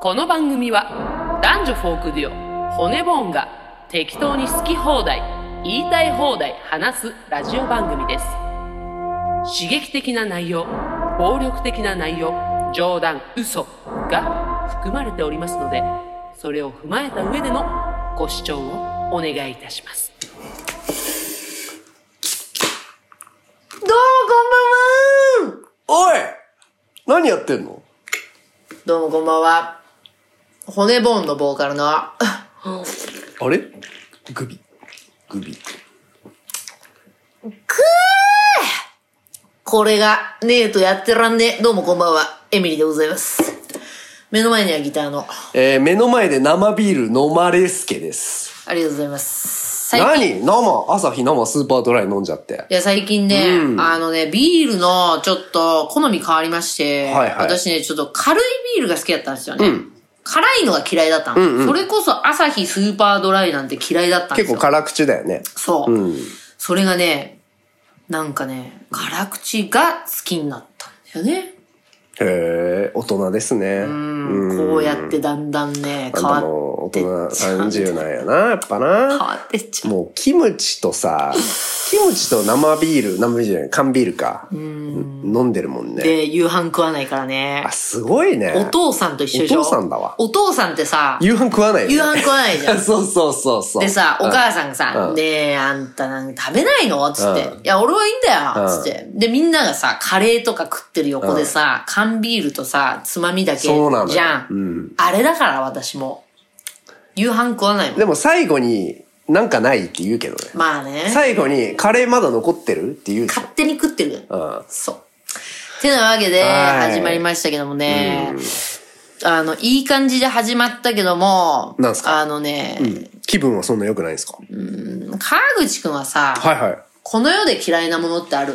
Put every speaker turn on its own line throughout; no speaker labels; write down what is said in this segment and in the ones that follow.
この番組は男女フォークデュオ骨ボーンが適当に好き放題言いたい放題話すラジオ番組です刺激的な内容暴力的な内容冗談嘘が含まれておりますのでそれを踏まえた上でのご視聴をお願いいたします
どうもこんばんは
おい何やってんの
どうもこんばんは。骨ボーンのボーカルの、
あれグビ。グビ。
これが、ねえとやってらんねえ。どうもこんばんは。エミリーでございます。目の前にはギターの、
えー、目の前で生ビール飲まれすけです。
ありがとうございます。最近
何生、朝日生スーパードライ飲んじゃって。
いや、最近ね、
うん
あのね、ビールのちょっと好み変わりまして、
はいはい
私ね、ちょっと軽いビールが好きだったんですよね。
うん
辛いのが嫌いだったの、
うん
それこそ朝日スーパードライなんて嫌いだったんですよ。
結構辛口だよね。
そう、
うん
それがね、なんかね、辛口が好きになったんだよね。
へえ、大人ですね。
うん、こうやってだんだんね、変
あんた
わ
も
っ
大
てっ
人
ちゃう。
30なんやな、やっ
変
ぱな。
わってっちゃう。
もうキムチ とさ、キムチと生ビール、生ビールじゃない、缶ビールか。飲んでるもんね。
で、夕飯食わないからね
あ、。すごいね。
お父さんと一緒でしょ
お父さんだわ
お父さんってさ、
夕飯食わないよね
夕飯食わないじゃん
そうそうそうそう。
でさ、お
うん
母さんがさ
う、ん
ねえ、あんたなんか食べないのつって
う。
いや、俺はいいんだよ
うん
つって。で、みんながさ、カレーとか食ってる横でさ、缶ビールとさ、つまみだけじ
そうなのよ
ゃ。
うん
あれだから私も。夕飯食わないもん
で。も最後に、なんかないって言うけどね。
まあね。
最後に、カレーまだ残ってるって言うでしょ
勝手に食ってる。
うん。
そう。てなわけで、
はい
始まりましたけどもね。あの、いい感じで始まったけども、
なんすか
あのね、
気分はそんな良くないですか
川口くんはさ、
はいはい。
この世で嫌いなものってある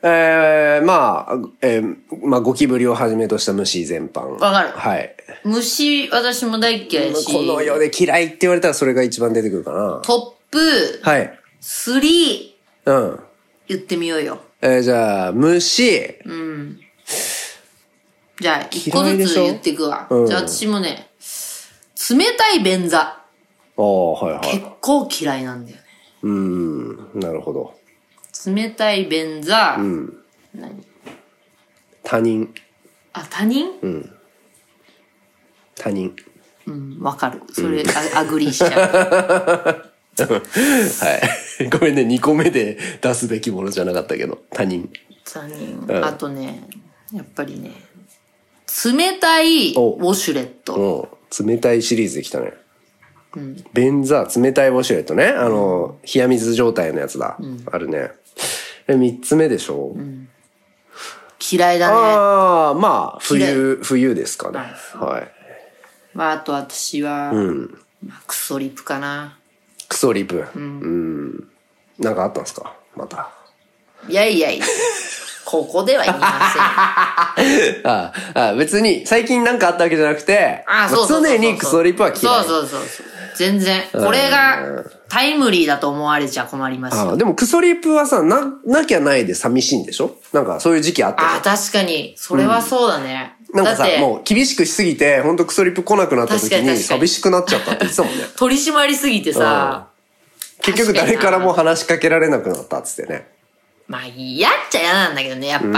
えー、まあ、えー、まあ、ゴキブリをはじめとした虫全般。
わかる
はい。
虫、私も大っ嫌いし。
この世で嫌いって言われたらそれが一番出てくるかな。
トップ
はい。
3
うん。
言ってみようよ。
えー、じゃあ、虫。
じゃあ、一個ず
嫌いで
つ
しょ
言っていくわ。
うん
じゃあ、私もね、冷たい便座。
おー、はいは
結
い。
構嫌いなんだよね。
うーん、なるほど。
冷たい便座。何
他人。
あ、他人
他人。
うん、わかる。それ、あアグリしち ゃう。
はい。 ごめんね、2個目で出すべきものじゃなかったけど、他人。
他人。あとね、やっぱりね、冷たいウ
お
ォシュレット。
うん。冷たいシリーズできたね。便座、冷たいウォシュレットね。あの、冷や水状態のやつだ。あるね。え、三つ目でしょ、
嫌いだね。
ああ、まあ、冬、冬ですかね。はい。
まあ、あと私は、まあ、クソリプかな。
クソリプ。うん。なんかあったんですかまた。
いやいやいや、ここでは言いま せん。
ああ、ああ別に、最近なんかあったわけじゃなくて、
あ、そうそうそうそう
ま常にクソリプは嫌い。
そうそうそうそう。全然。これがタイムリーだと思われちゃ困ります
あ
よ。
あでもクソリプはさ、な、なきゃないで寂しいんでしょなんかそういう時期あったじゃん
あ、確かに。それはそうだね。
なんか
だっ
さ
て、、
もう厳しくしすぎて、ほんとクソリップ来なくなった時
確かに
に
確かに
寂しくなっちゃったって言ってたもんね。
取り締まりすぎてさ、
結局誰からも話しかけられなくなったっつってね。
まあ嫌っちゃ嫌なんだけどね、やっぱ。い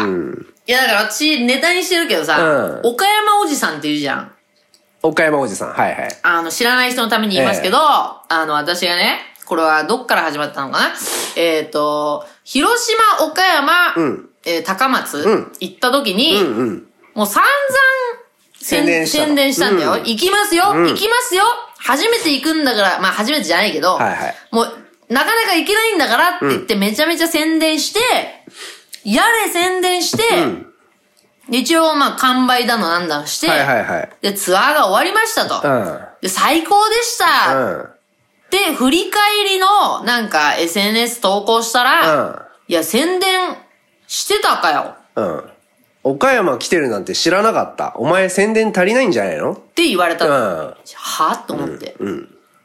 や、だから私、ネタにしてるけどさ、
う
岡山おじさんって言うじゃん。
岡山おじさん、はいはい。
あの、知らない人のために言いますけど、あの、私がね、これはどっから始まったのかなえっ、と、広島、岡山、
うん
えー高松、
ん
行った時に、
うんうん。
もう散々宣
宣伝したの
宣伝したんだよ。
うん
行きますよ、行きますよ初めて行くんだから、まあ初めてじゃないけど、
はいはい
もう、なかなか行けないんだからって言ってめちゃめちゃ宣伝して、やれ宣伝して、で一応まあ完売だのなんだのして、
はいはいはい。
で、ツアーが終わりましたと。
う
で、最高でした、
ん。うん。
で、振り返りの、なんか、SNS 投稿したら、いや、宣伝してたかよ
うん。うん。岡山来てるなんて知らなかった。お前宣伝足りないんじゃないの
って言われた
う
の。
ん。
はぁと思って。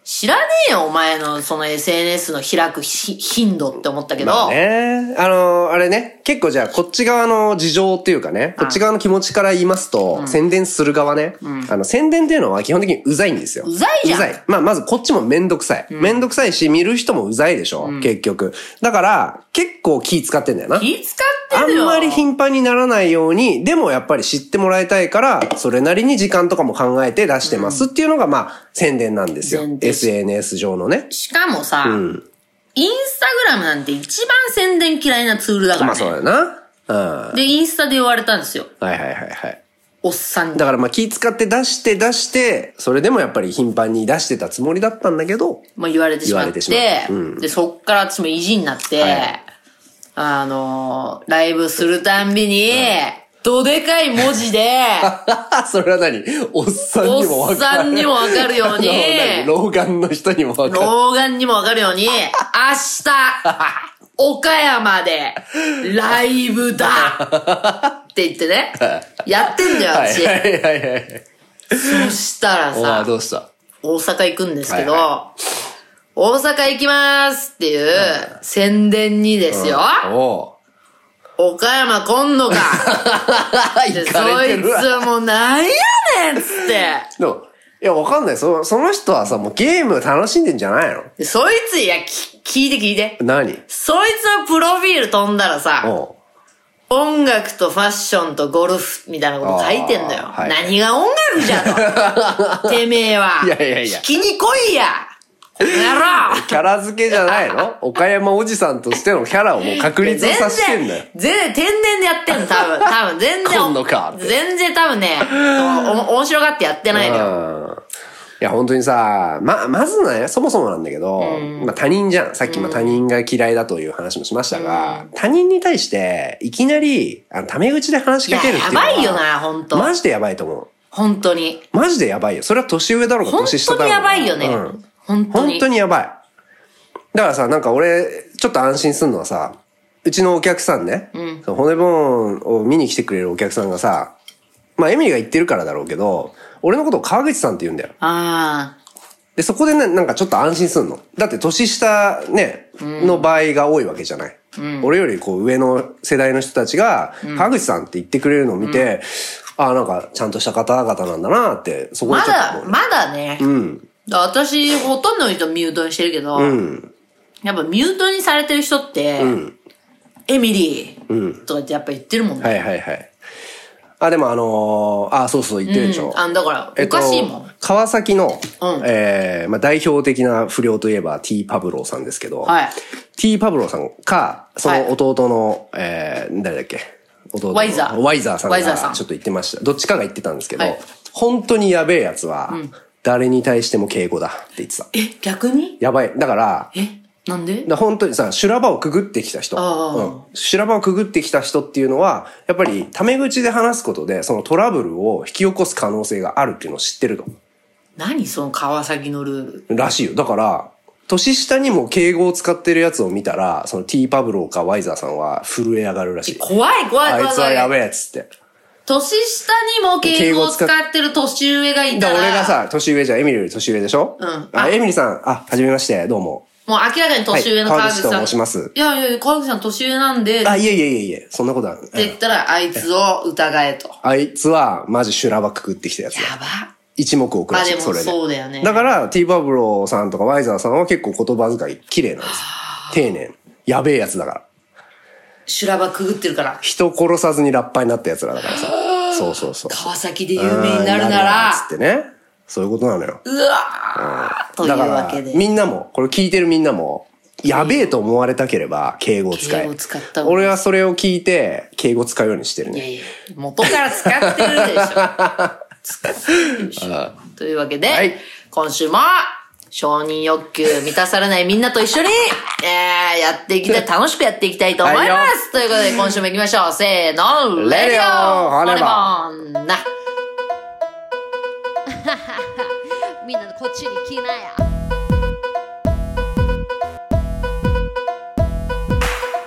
知らねえよ、お前のその SNS の開くひ頻度って思ったけど。
まあね。あの、あれね、結構じゃあ、こっち側の事情っていうかね、こっち側の気持ちから言いますと、宣伝する側ね、あの、宣伝っていうのは基本的にうざいんですよ。
うざいじゃん
うざい。まあ、まずこっちもめんどくさい。めんどくさいし、見る人もうざいでしょ、結局。だから、結構気使ってんだよな。
気使っ
あ
てる
ん
よ。
まり頻繁にならないように、でもやっぱり知ってもらいたいから、それなりに時間とかも考えて出してますっていうのが、まあ、宣伝なんですよ
前。提
SNS 上のね。
しかもさ、インスタグラムなんて一番宣伝嫌いなツールだから
まあそうだ
ね。
よな。うん。
で、インスタで言われたんですよ。
はいはいはいはい。
おっさんに。
だからまあ気使って出して出して、それでもやっぱり頻繁に出してたつもりだったんだけど、
まあ、言われてしまっ
言われ
て
てしまったうん
で、そっから私も意地になって、
はい
あのーライブするたんびに、どでかい文字で、
それは 何おっさん
お
にもわかる。
っさんにもわかるように、
あ の何老眼の人にもわかる。
老眼にもわかるよう に、明日、岡山で、ライブだって言って ね、やってんだよ、
はい
私。
はいはいはい。
そしたら
おー
さ、
どうした
大阪行くんですけど、
はい
大阪行きますっていう宣伝にですよ、
お
岡山来んの か
ー
で
行
そ
かれて
い
るわ。
つもうなんやねんっつって。
でもいや、わかんない。そその人はさ、もうゲーム楽しんでんじゃないの
でそいつ、いや、き聞いて聞いて。
何
そいつのプロフィール飛んだらさ、
おう
音楽とファッションとゴルフみたいなこと書いてんだよ。
あーはい
何が音楽じゃ と。てめえは。
いやいやいや
聞きに来いや。この野郎
キャラ付けじゃないの岡山おじさんとしてのキャラをもう確立させてんだよ。
全然、全然天然でやってんの、 多分。多分、全然。
来んのかって
全然多分ね、おお面白がってやってないのよ。
うんいや、本当にさ、ま、まずね、そもそもなんだけど、まあ他人じゃん。さっきも他人が嫌いだという話もしましたが、他人に対して、いきなり、あの、タメ口で話しかけるっていうのは。
いややばいよなほんと
マジでやばいと思
本当に。
う。マジでやばいよ。それは年上だろうが
本
年下
当
だろ
に
う
や
が。
ばいよね。
うん
本当
本
に。
当にやばい。だからさ、なんか俺、ちょっと安心するのはさ、うちのお客さんね、その骨ボーンを見に来てくれるお客さんがさ、まあエミリーが言ってるからだろうけど、俺のことを川口さんって言うんだよ。
あ
で、そこでね、なんかちょっと安心すんの。だって年下ね、の場合が多いわけじゃない。俺よりこう上の世代の人たちが、川口さんって言ってくれるのを見て、ああ、なんかちゃんとした方々なんだなって、
あ。
そこ
ま
でちょっと
だ、
思う。
まだね。
うん。
私、ほとんどの人ミュートにしてるけど、
うん。
やっぱミュートにされてる人って、エミリー、
う
とかってやっぱ言ってるもんね。
はいはいはい。あ、でもあのーあ、そうそう言ってるでしょ。
うんあだから、
えっ
お
と
かしいもん。
川崎の、
うん
えーまあ、代表的な不良といえば T パブローさんですけど、
はい
T パブローさんか、その弟の、えー誰だっけ弟の
ワイザー
ワイザーさん
ワイザーさ
が
ん
ちょっと言ってました。どっちかが言ってたんですけど、
はい
本当にやべえやつは、誰に対しても敬語だって言ってた。
え、逆に
やばい。だから、
え、なんで
だから本当にさ、修羅場をくぐってきた人、
ああ
うん修羅場をくぐってきた人っていうのは、やっぱりタメ口で話すことで、そのトラブルを引き起こす可能性があるっていうのを知ってると。
何その川崎のルール。
らしいよ。だから、年下にも敬語を使ってるやつを見たら、その T パブローかワイザーさんは震え上がるらしい。
怖い怖い
あ
怖
い
い
つは
怖い。
やべえっつって。
年下にも敬語を使ってる年上がいた
だ
ら、
から俺がさ、年上じゃん、エミリーより年上でしょ
うん
あ、
あ
エミリーさん、あ、はじめまして、どうも。
もう明らかに年上の
はい
川口さん。
川口と申します
いやいやいや、川口さん年上なんで、
あ、
って
いえいえいえいえ、そんなことは。うん
言ったら、あいつを疑えと。
あいつは、マジ修羅場くくってきたやつだ
や。ば。
一目置くらしい、
あでも
それで。
そうだよね
から T パブローさんとかワイザーさんは結構言葉遣い綺麗なんですよ。丁寧。やべえやつだから。
修羅場くぐってるから。
人殺さずにラッパーになったやつらだからさ。そうそうそう。
川崎で有名になるな
うん
ら、
つってね。そういうことなのよ。
うわーという
だか
わ
ら
けで。、
みんなも、これ聞いてるみんなも、やべえと思われたければ、敬語を使え。
敬語を使った方がいい
俺はそれを聞いて、敬語使うようにしてる
いや
ね。
いや、元から使ってるでしょ。使ってるでしょ。というわけで、
はい
今週も、承認欲求満たされないみんなと一緒に、えー、やっていきたい、楽しくやっていきたいと思います。
はいよ
ということで、今週も行きましょう。せーの、
レ
レ
デ
デ
ィ
ィ
オ
オ
ホ
ホ
ネ
ネ
ボ
ボンな。
みんなこっちに来なや。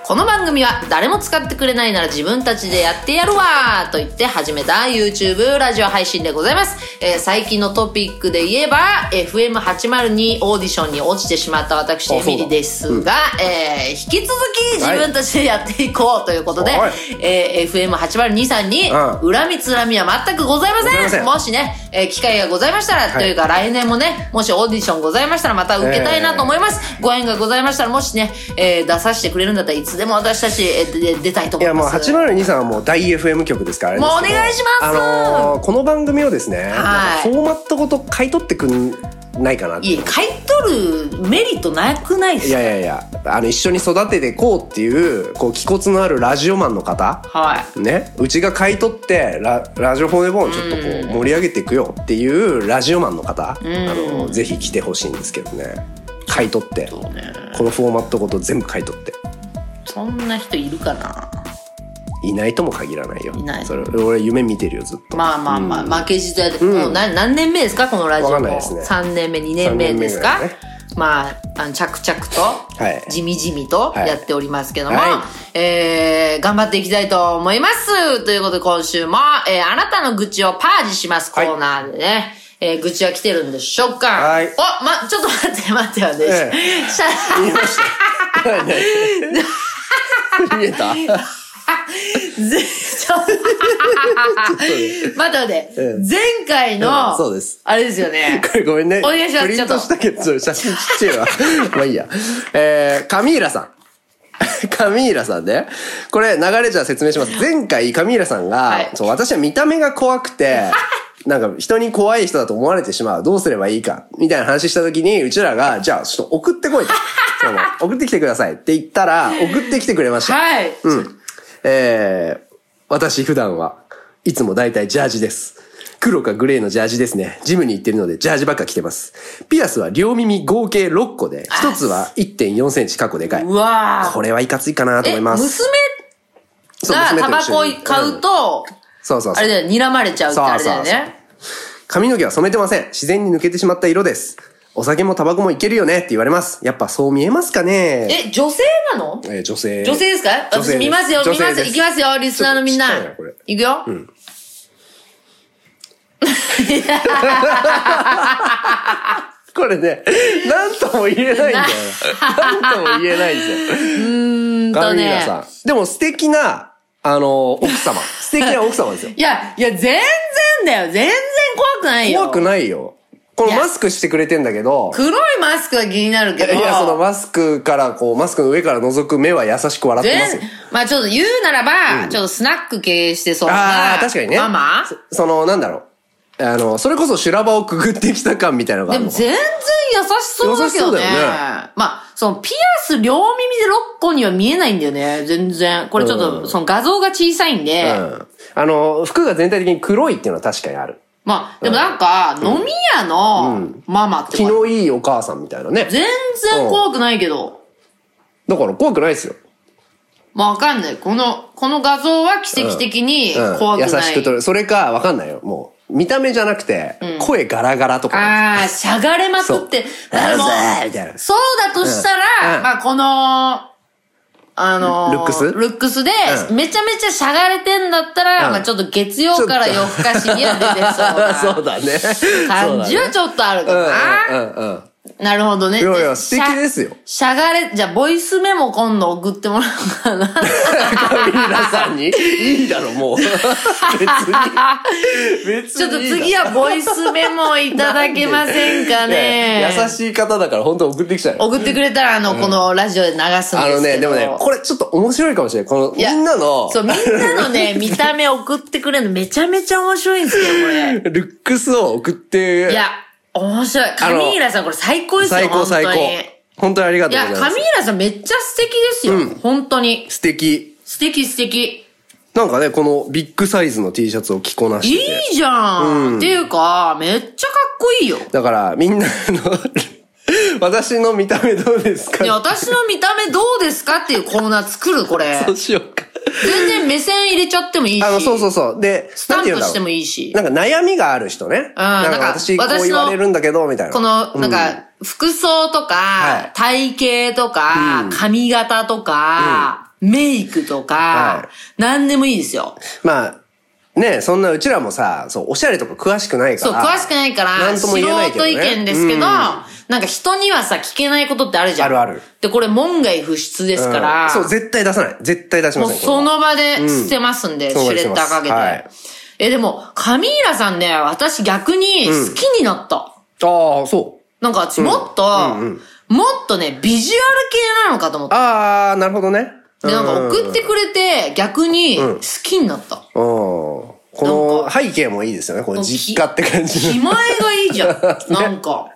この番組は誰も使ってくれないなら自分たちでやってやるわと言って始めた YouTube ラジオ配信でございます。えー最近のトピックで言えば、FM802 オーディションに落ちてしまった私、エミリですが、えー引き続き自分たちでやっていこうということで、
はい
えー FM802 さんに、
うん
恨みつらみは全くございま
ござ
せ
いま
ん
せん
もしね、えー機会がございましたら、
い
というか来年もね、もしオーディションございましたらまた受けたいなと思います。ご縁がございましたら、もしね、えー出させてくれるんだったらいつでも私たち、えーで出たいと
い
思い
や、もう
ます。
802さんはもう大 FM 局ですからあれですけど
もうお願いします
あのーこの番組をですね、
はい
フォーマットごと買い取ってくんないかなって
いや、買い取るメリットなくないです
いやいやいや、あの、一緒に育てていこうっていう、こう、気骨のあるラジオマンの方。
はい。
ね、うちが買い取ってララジオフォーネボーンちょっとこう盛り上げていくよっていうラジオマンの方、あのぜひ来てほしいんですけどね買い取って、このフォーマットごと全部買い取って
そんな人いるかない
ないとも限らないよ
いない
それ俺夢見てるよずっ と
まあまあまあ、負けじとやって、もう何何年目ですかこのラジオ
わかんないですね
3年目、2年目ですか
三年目ぐらいね
まあ、あの着々と、
はい
地味地味と
はい
やっておりますけども、
は
えー、頑張っていきたいと思いますということで今週も、えー、あなたの愚痴をパージしますコ
はい
ーナーでね、えー、愚痴は来てるんでしょうか
はい
お、ま、ちょっと待って待って待って。
え
しゃ
見えました見え た
ぜちょ っと待って待って、
ええ
前回の、
うんそうです
あれですよ ね。
これごめんね。
お願いします
プリントしたけど、それ写真ちっちゃいわ。 まあいいや。えー、カミーラさん。 カミーラさんね。これ流れじゃ説明します。前回カミーラさんが、
はい
そう私は見た目が怖 くて、なんか人に怖い人だと思われてしまう。どうすればいいか。みたいな話した時に、うちらが、じゃあちょっと送ってこい と。その送ってきてくださいって言ったら、送ってきてくれました。
はい。
うん。えー、私普段はいつも大体ジャージです。黒かグレーのジャージですね。ジムに行ってるのでジャージばっか着てます。ピアスは両耳合計6個で、一つは1.4センチ過去でかい。
うわー
これはいかついかなと思います。
娘が
娘
タ
と
バ
一
コ
緒に
買うと、
そうそう
あ
そ
れ
う。
だよ、睨まれちゃうってあれだよ
そうそうそ
ね。
髪の毛は染めてません。自然に抜けてしまった色です。お酒もタバコもいけるよねって言われます。やっぱそう見えますかね
え、女性なの
えー女性。
女性ですか
女性
私
です
見ますよ、
女
見
性
ます
で
よ、行きますよ、リスナーのみん
ちょ
な
っとちっちゃいなこれ。
行くよ。
これね、なんとも言えないんだよな。なんとも言えないんです よ。うん
とね
さん。でも素敵な、あの、奥様。素敵な奥様ですよ。
いや、いや、全然だよ、全然怖くないよ。
怖くないよ。この
いや
マスクしてくれてんだけど、
黒いマスクは気になる
い
けど。
や、そのマスクから、こう、マスクの上から覗く目は優しく笑ってますよ
全。まあちょっと言うならば、ちょっとスナック経営してそうな。
ああ、確かにね。
ママ
そその、なんだろう。あの、それこそ修羅場をくぐってきた感みたいなのがあ
で
る
も
の。
全然優しそうだけどね。
優しそうだよ
まあ、そのピアス両耳で6個には見えないんだよね。全然。これちょっと、
うん
その画像が小さいんで。
うん。あの、服が全体的に黒いっていうのは確かにある。
まあ、でもなんか、飲み屋のママって、
気のいいお母さんみたいなね。
全然怖くないけど。
だから怖くないですよ。
まあわかんない。この、この画像は奇跡的に
うん
怖くない。
優しく撮る。それか、わかんないよ。もう、見た目じゃなくて、声ガラガラとか。
ああ、しゃがれまくって。
そう
まあでも
うぜーみたいな
そうだとしたら、
うん
まあこの、あのー
ルルックス
ルックスで、
うん
めちゃめちゃしゃがれてんだったら、
うん
まあちょっと月曜から夜更かしには出てそう
そうだね。
な感じはちょっとあるかな。
うんうんうん。
なるほどね。
いやい
じゃ
や、
あ
素敵です よ。
しゃがれ、じゃあ、ボイスメモ今度送ってもらおう かな。
皆さんに。いいだ ろ、もう。別に。別に
ちょっと次はボイスメモいただけませんかね。
優しい方だから、本当送ってきちゃうよ。
送ってくれたら、あの、このラジオで流すんですけ
あ
ど。
のね、でもね、これちょっと面白いかもしれない。この、
い
み
や
んなの、
そう、みんなの ね、見た目送ってくれるのめちゃめちゃ面白いんですよ、これ。
ルックスを送って、
いや、面白い。カミーラさんこれ最高ですよ、
最高
本
最
当
高
に。。
本当にありが
い
とうござ
や、
います。
カミーラさんめっちゃ素敵ですよ、本当に。
素敵。
素敵素敵。
なんかね、このビッグサイズの T シャツを着こなし
い
て
い
て。
じゃん、っていうか、めっちゃかっこいいよ。
だから、みんな、あの、 私の見た目どうですか
で、私の見た目どうですかっていうコーナー作る、これ
ど。うしようか。
全然目線入れちゃってもいいし。
あの、そうそうそう。で、
スタンプ
な
して
んて言うんだろう
もいいし。
なんか悩みがある人ね。なん
なん
か
か
私こう
私の
言われるんだけど、みたいな。
この、なんか、服装とか、体型とか、髪型とか、メイクと
は
か、何でもいいですよ。
まあ、ねそんなうちらもさ、そう、おしゃれとか詳しくないか
そう、
ら。
詳しくないから、
なんとも言えないけど、ね。
素人意見ですけど、
うん
なんか人にはさ、聞けないことってあるじゃん。
あるある。
で、これ、門外不出ですから、
うんそう、絶対出さない。絶対出しま
もう
せん。
その場で捨てますんで、
ん
シュレッダーかけて。
はい
え、でも、カミーラさんね、私逆に好きになった。
これはああ、そ
なんか私もっと、もっとね、ビジュアル系なのかと思っ
う。
た。
ああ、なるほどね。
で、なんか送
う
っ
ん
てくれて、逆に好きになった。
この背景もいいですよね。この実家って感じ
気前がいい じゃん。なんか。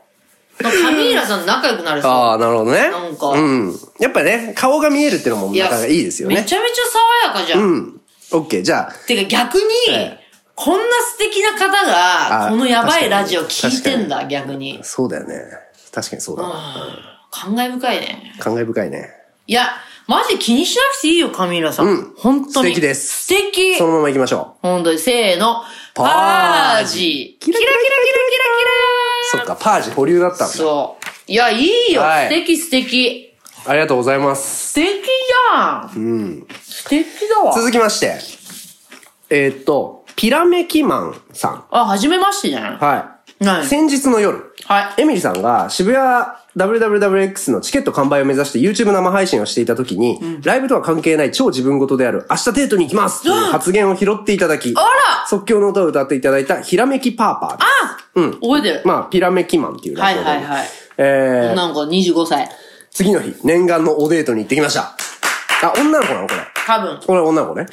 なんかカミーラさんと仲良くなれそう。
ああ、なるほどね。
なんか
うん。やっぱね、顔が見えるってのもなかなかいいですよ
め
ね。
ちゃめちゃ爽やかじゃん。
うん。オッケー、じゃあ。
てか逆に、
え
こんな素敵な方が、
あ
このやばいラジオ聞いてんだ、逆に。
そうだよね。確かにそうだわ。
感慨深いね。
感慨深いね。
いや、マジ気にしなくていいよ、カミーラさん。
うん
本当に。
素敵です
素敵
そのまま行きましょ
本当に、せーの。
パ
パ
ー
ージ。
キラキラキラキラう。そっか、パージ保留だったんだ。
そう。いや、いいよ。
はい
素敵素敵。
ありがとうございます。
素敵じゃん。うん。素敵だわ。
続きまして。えーっと、ピラメキマンさん。
あ、はじめましてじゃん。
はい。
はい
先日の夜。
はい。
エミリさんが渋谷 WWWX のチケット完売を目指して YouTube 生配信をしていた時に、ライブとは関係ない超自分事である明日デートに行きますという発言を拾っていただき、
ら
即興の歌を歌っていただいたひらめきパーパー。
あうん。覚えてる。
まあ、ピラメキマンっていうライブで。
はいはいはい
えー
女の子25歳。
次の日、念願のおデートに行ってきました。あ、女の子なのこれ。
多分。
これ女の子ね。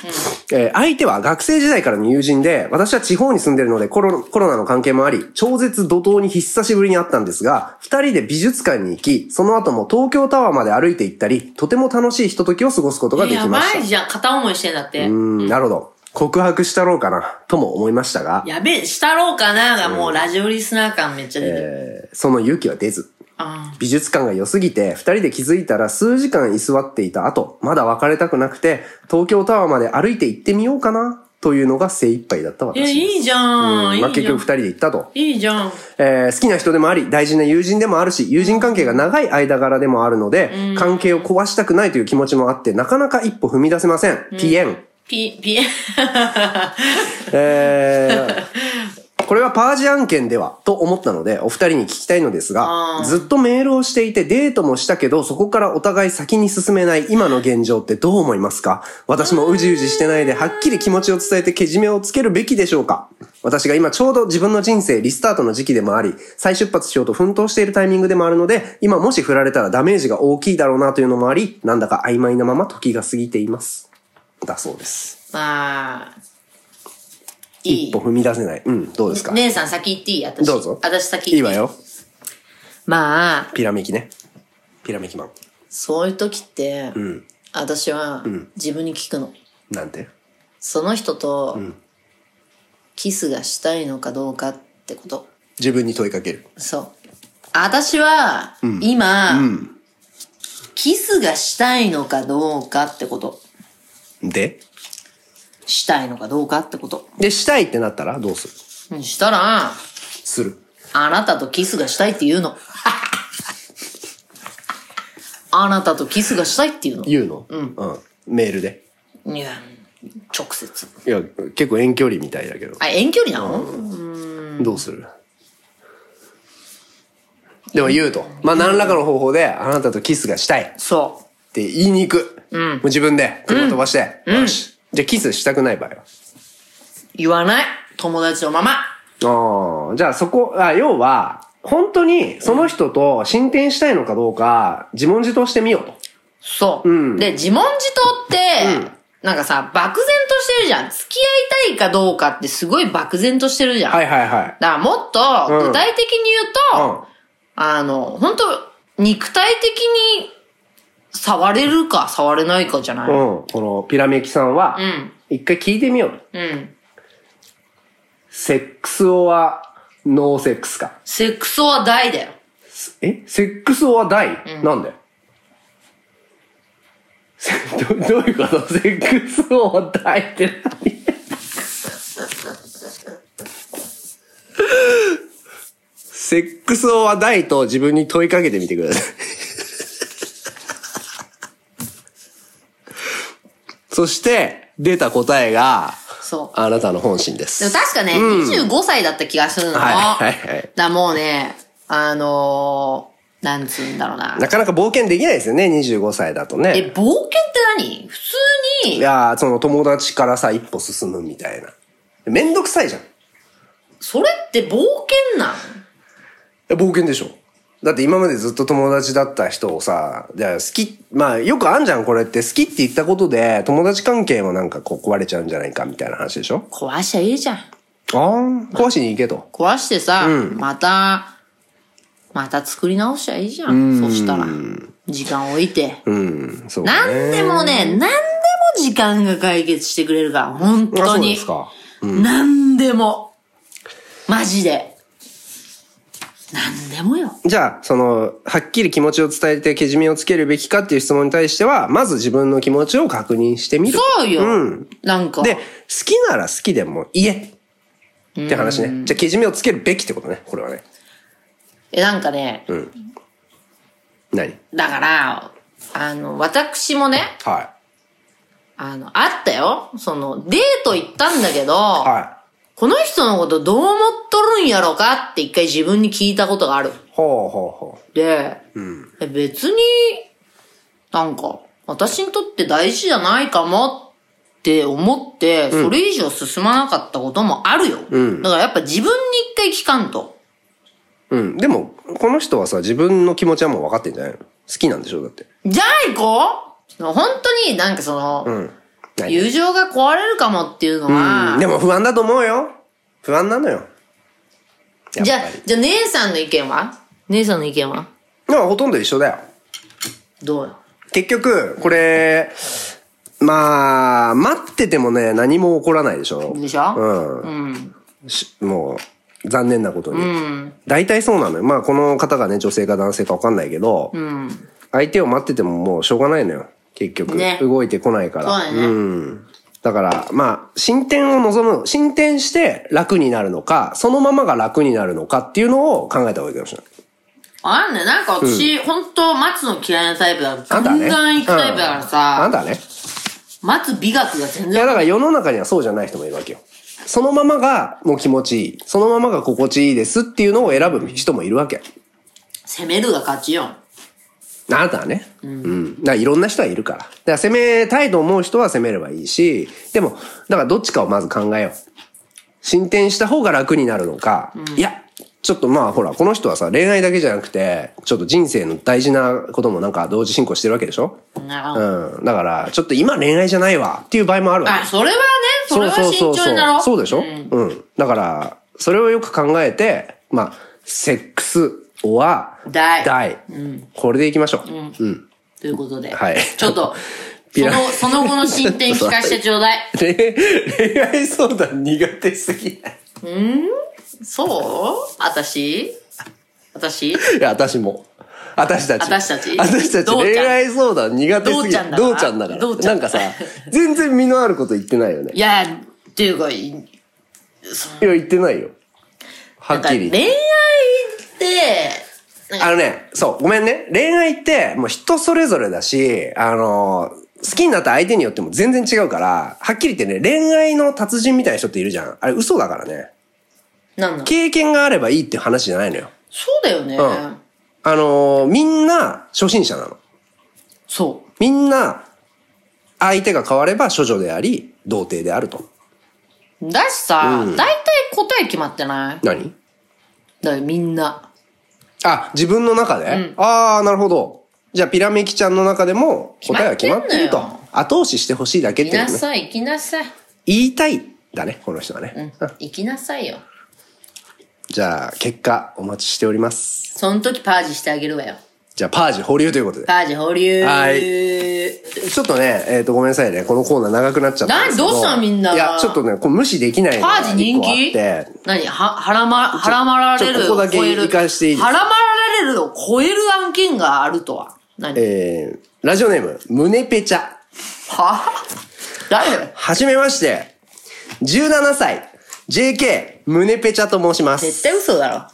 えー相手は学生時代からの友人で、私は地方に住んでるのでコロコロナの関係もあり、超絶怒涛に久しぶりに会ったんですが、二人で美術館に行き、その後も東京タワーまで歩いて行ったり、とても楽しいひとときを過ごすことがで
い
き
や、
ま
マ
した。
ジじゃん。片思いしてんだって。
うーん、なるほど。告白したろうかな、とも思いましたが、
やべえ、したろうかながもうラジオリスナー感めっちゃ出てる。
えーその勇気は出ず。
あ
美術館が良すぎて、二人で気づいたら数時間居座っていた後、まだ別れたくなくて、東京タワーまで歩いて行ってみようかな、というのが精一杯だった
ーいや、
私。
いいじゃん。いい
まあ、結
じゃ
局
ん
二。人で行ったと。
いいじゃん。
えー好きな人でもあり、大事な友人でもあるし、友人関係が長い間柄でもあるので、関係を壊したくないという気持ちもあって、なかなか一歩踏み出せません。ピエン。
ピ、ピ、
えーこれはパージ案件ではと思ったので、お二人に聞きたいのですが
あ、ー
ずっとメールをしていてデートもしたけど、そこからお互い先に進めない今の現状ってどう思いますか私もうじうじしてないで、はっきり気持ちを伝えてけじめをつけるべきでしょうか私が今ちょうど自分の人生リスタートの時期でもあり、再出発しようと奮闘しているタイミングでもあるので、今もし振られたらダメージが大きいだろうなというのもあり、なんだか曖昧なまま時が過ぎています。だそうです。
まあ、い
一
い
歩。踏み出せない。うん、どうですか
姉さん先行っていい私。
どうぞ
私先行ってい
いいわ。よ。
まあ、
ピラメキね。ピラメキマン。
そういう時って、私は自分に聞くの。
なんて
その人と、キスがしたいのかどうかってこと。
自分に問いかける。
そう。私は、今、キスがしたいのかどうかってこと。
で
したいのかどうかってこと。
で、したいってなったらどうする
うんしたら、
する。
あなたとキスがしたいって言 うの。あなたとキスがしたいって言う
言うのうん。メールで。
の。いや、直接。
いや、結構遠距離みたいだけど。
あ、遠距離なの、
どうするでも言うと。まあ、何らかの方法で、あなたとキスがしたいっ
そ
て言いに行く。もう自分で、車飛ばして。よし。じゃあキスしたくない場合は
う。言わない。友達のまま。
ああ、じゃあそこ、あ要は、本当にその人と進展したいのかどうか、自問自答してみようと。
そう。
うん
で、自問自答って、なんかさ、漠然としてるじゃん。付き合いたいかどうかってすごい漠然としてるじゃん。
はいはいはい。
だからもっと
うん
具体的に言うと、あの、本当肉体的に触れるか触れないかじゃない、
うん。うん。このピラメキさんは
ん、
一回聞いてみようと。
うん。
セックスオア、ノーセックスか。
セックスは大だよ。
えセックスオア大、なんで せどどういうことセックスオア大って何セックスオア大と自分に問いかけてみてください。 そして、出た答えが、
そう。
あなたの本心で。
ですも確かね、25歳だった気がするの。
はいはいはい
だからもうね、あのー、なんつうんだろうな。
なかなか冒険できないですよね、25歳だと
え、
ね。
冒険って何普通に、
いやーその友達からさ、一歩進むみたいな。めんどくさいじゃん。
それって冒険なん
え冒険でしょだって今までずっと友達だった人をさ、じゃあ好き、まあよくあんじゃんこれって好きって言ったことで友達関係もなんかこう壊れちゃうんじゃないかみたいな話でしょ
壊しちゃいいじゃん。
ああ、壊しに行けと。
壊してさ、
ん
また、また作り直しちゃいいじゃん。そしたら、時間置いて。
うん、そうね。
なんでもね、なんでも時間が解決してくれるから、本
あ
当
そうで
に
す。か。
なんでも。マジで。なんでもよ。
じゃあ、その、はっきり気持ちを伝えてけじめをつけるべきかっていう質問に対しては、まず自分の気持ちを確認してみる。
そうよ。
うん
なんか。
で、好きなら好きでも言え。って話ね。じゃあ、けじめをつけるべきってことね。これはね。
え、なんかね、
何
だから、あの、私もね、
は
あの、あったよ。その、デート行ったんだけど、
い。は
この人のことどう思っとるんやろかって一回自分に聞いたことがある。
い。ほうほうほう。
で、え別に、なんか、私にとって大事じゃないかもって思って、それ以上進まなかったこともあるよ。だからやっぱ自分に一回聞かんと。
うん。でも、この人はさ、自分の気持ちはもう分かってんじゃないの好きなんでしょだって。
じゃあ行こうその本当になんかその、
うん。何
友情が壊れるかもっていうの
うん。
は、
でも不安だと思うよ。不安なのよ。
じゃあ
やっぱり、
じゃあ姉さんの意見は姉さんの意見は
でもほとんど一緒だよ。
どうよ
結局、これ、まあ、待っててもね、何も起こらないでしょ。
でしょ
うん。
うん。
しもう、残念なことに。大体そうなのよ。まあ、この方がね、女性か男性か分かんないけど、
うん。
相手を待っててももうしょうがないのよ。結局。
ね
動いてこないか
そ
ら。
うだよね。
うん。だから、まあ、進展を望む。進展して楽になるのか、そのままが楽になるのかっていうのを考えた方がいいかもしれない。
あんね、なんか私、本当待つの嫌いなタイプだから、
あ
ガ
んたは
ン
ね。
ガン行くタイプだから
うんあん
さ、
たはね。
待つ美学が全
いや、
然、
だから世の中にはそうじゃない人もいるわけよ。そのままがもう気持ちいい。そのままが心地いいですっていうのを選ぶ人もいるわけ。
攻めるが勝ちよ。
あなたはね。うん。だからいろんな人はいるから。だから攻めたいと思う人は攻めればいいし、でも、だからどっちかをまず考えよう。進展した方が楽になるのか、いや、ちょっとまあほら、この人はさ、恋愛だけじゃなくて、ちょっと人生の大事なこともなんか同時進行してるわけでしょ
なるほど
うん。だから、ちょっと今恋愛じゃないわっていう場合もあるわけ
あ、。それはね、それは慎重になろう。
そうでしょ、うんん、だから、それをよく考えて、まあ、セックス、おは、
大
これでいきましょう。
ということで、
はい
ちょっと、
ピ
そ
ラ
の、その後の進展聞かせてちょ うだい。
恋恋愛相談苦手すぎない。
そう私私
いや、私も。私たち。
私たち
私たち
どうちゃん
恋愛相談苦手すぎる。
どうちゃんだから
どうちゃんだか
どうちゃだか
ら。なんんかさ
ら、
全然身のあること言ってないよね。
いや、っていうか、い
いや、言ってないよ。は
なん
っ
か
き
恋愛
り
っ
言って。
て、
あのね、そう、ごめんね。恋愛って、もう人それぞれだし、あの、好きになった相手によっても全然違うから、はっきり言ってね、恋愛の達人みたいな人っているじゃん。あれ嘘だからね。
なんだ
経験があればいいっていう話じゃないのよ。
そうだよね。
うんあの、みんな初心者なの。
そ
みんな、相手が変われば処女であり、童貞であると。
う。だしさ、
うん
大体答え決まってない
何
だからみんな。
あ、自分の中で、ああ、なるほど。じゃあ、ピラメキちゃんの中でも答えは決まってる
決
と
まってん。
後押ししてほしいだけっ
行
て
き
いう
な
ね。
さい、行きなさい。
言いたい。だね、この人はね。
うん。行きなさいよ。
じゃあ、結果お待ちしております。
その時パージしてあげるわよ。
じゃあ、パージ保留ということで。
パージ保留。
はい
い。
ちょっとね、えっ、と、ごめんなさいね。このコーナー長くなっちゃったんですけど。
などうしたのみんない
や、ちょっとね、こう無視できないの
パ
が
ージ人気
一個あって
何は、はらま、はらまられる
ちょここだけ
を超える
言い返していいですか
はらまられるを超える案件があるとは。何は
えー、ラジオネーム、胸ペチャ。
誰
はじめまして。17歳、JK、胸ペチャと申します。
絶対嘘だろ。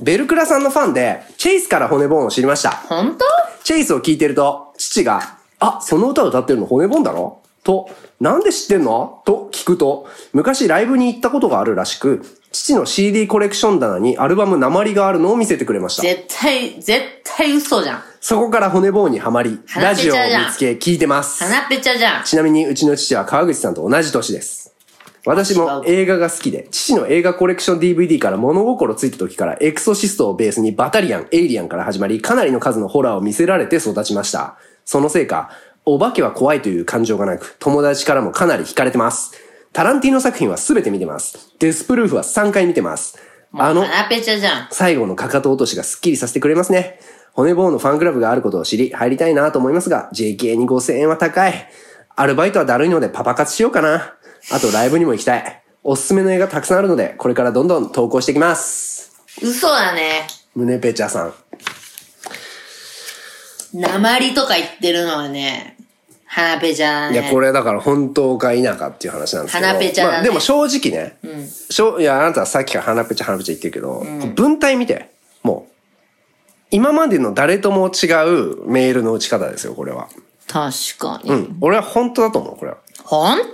ベルクラさんのファンで、チェイスから骨ボーンを知りました。
本当
チェイスを聴いてると、父が、あ、その歌を歌ってるの骨ボンだろと、なんで知ってんのと聞くと、昔ライブに行ったことがあるらしく、父の CD コレクション棚にアルバム鉛があるのを見せてくれました。
絶対、絶対嘘じゃん。
そこから骨棒にはまり、
鼻
ラ
ペチ
ジ
ャ
オを
じゃん
見つけ聞いてます。
鼻ペチャじゃん。
ちなみにうちの父は川口さんと同じ年です。私も映画が好きで、父の映画コレクション DVD から物心ついた時からエクソシストをベースにバタリアン、エイリアンから始まり、かなりの数のホラーを見せられて育ちました。そのせいか、お化けは怖いという感情がなく、友達からもかなり惹かれてます。タランティーノ作品は全て見てます。デスプルーフは3回見てます。あの、
鼻ペチャじゃん。
最後のかかと落としがスッキリさせてくれますね。骨棒のファンクラブがあることを知り、入りたいなと思いますが、JK に5000円は高い。アルバイトはだるいのでパパ活しようかな。あとライブにも行きたい。おすすめの映画たくさんあるので、これからどんどん投稿していきます。
嘘だね。
胸ペチャさん。
鉛とか言ってるのはね、鼻ペチャだ
い
ね。
や、これだから本当か否かっていう話なんですけど。
鼻ペチャだね
まあでも正直ね、しょいや、あなたはさっきから鼻ペチャ鼻ペチャ言ってるけど、こう文体見て、もう、今までの誰とも違うメールの打ち方ですよ、これは。
確かに。
うん。俺は本当だと思う、これは。
本当に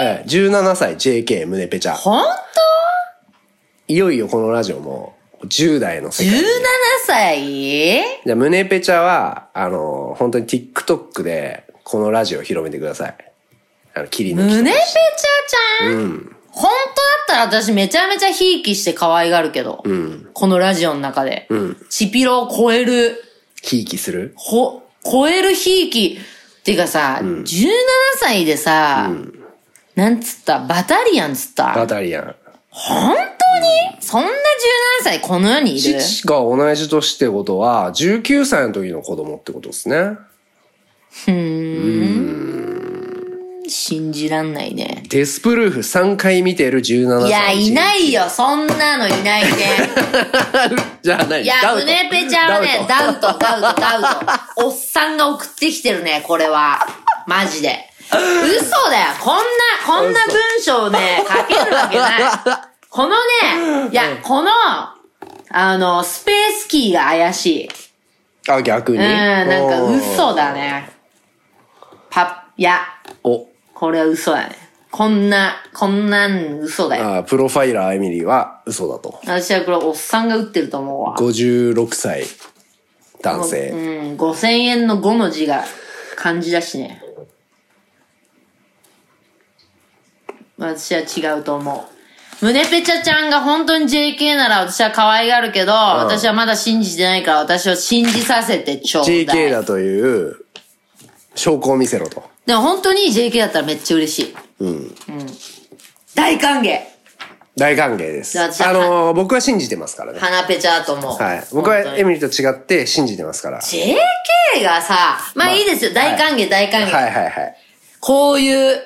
ええ、17歳 JK 胸ペチャ。
本
いよいよこのラジオも、10代の
当
世界に
?17。歳
じゃあ胸ペチャは、あの、本当に TikTok で、このラジオを広めてください。あの、切り抜き。
胸ペチャちゃん、本当だったら私めちゃめちゃひいきして可愛がるけど。このラジオの中で。チピロを超える、
ひいきする
ほ、超えるひいき。てかさ、17歳でさ、なんつったバタリアンつった
バタリアン。
本当にそんな17歳この世にいる
父が同じ年ってことは、19歳の時の子供ってことですね。
信じらんないね。
デスプルーフ3回見てる17歳。。
いや、いないいよ。そんなのい ないね。
じゃあない。
いや
ダ、ウト
胸ペちゃんはね、
ダウ
ダウト、ダウト、ダウト。おっさんが送ってきてるね、これは。マジで。嘘だよ。こんな、こんな文章をね、書けるわけない。このね、いや、この、あの、スペースキーが怪しい。
トあ、逆に
うん、なんか嘘だ。ね。パッ、いや、
お。
これは嘘だね。こんな、こんなん嘘だよ。
あープロファイラーエミリーは嘘だと。
私はこれおっさんが打ってると思うわ。
56歳男性。
うん、5000円の5の字が漢字だしね。私は違うと思う。胸ペチャちゃんが本当に JK なら私は可愛がるけど、私はまだ信じてないから私を信じさせてちょうだい。
JK だという証拠を見せろと。
でも本当に JK だったらめっちゃ嬉しい。うん。大歓迎
大歓迎です。
じゃあじゃあ
あのー僕は信じてますからね。
鼻ペチャだと思う。
はい。僕は
本当に
エミリーと違って信じてますから。は
JK がさ、まあいいですよ。大歓迎、大歓
い
迎。
はいはい。
こういう、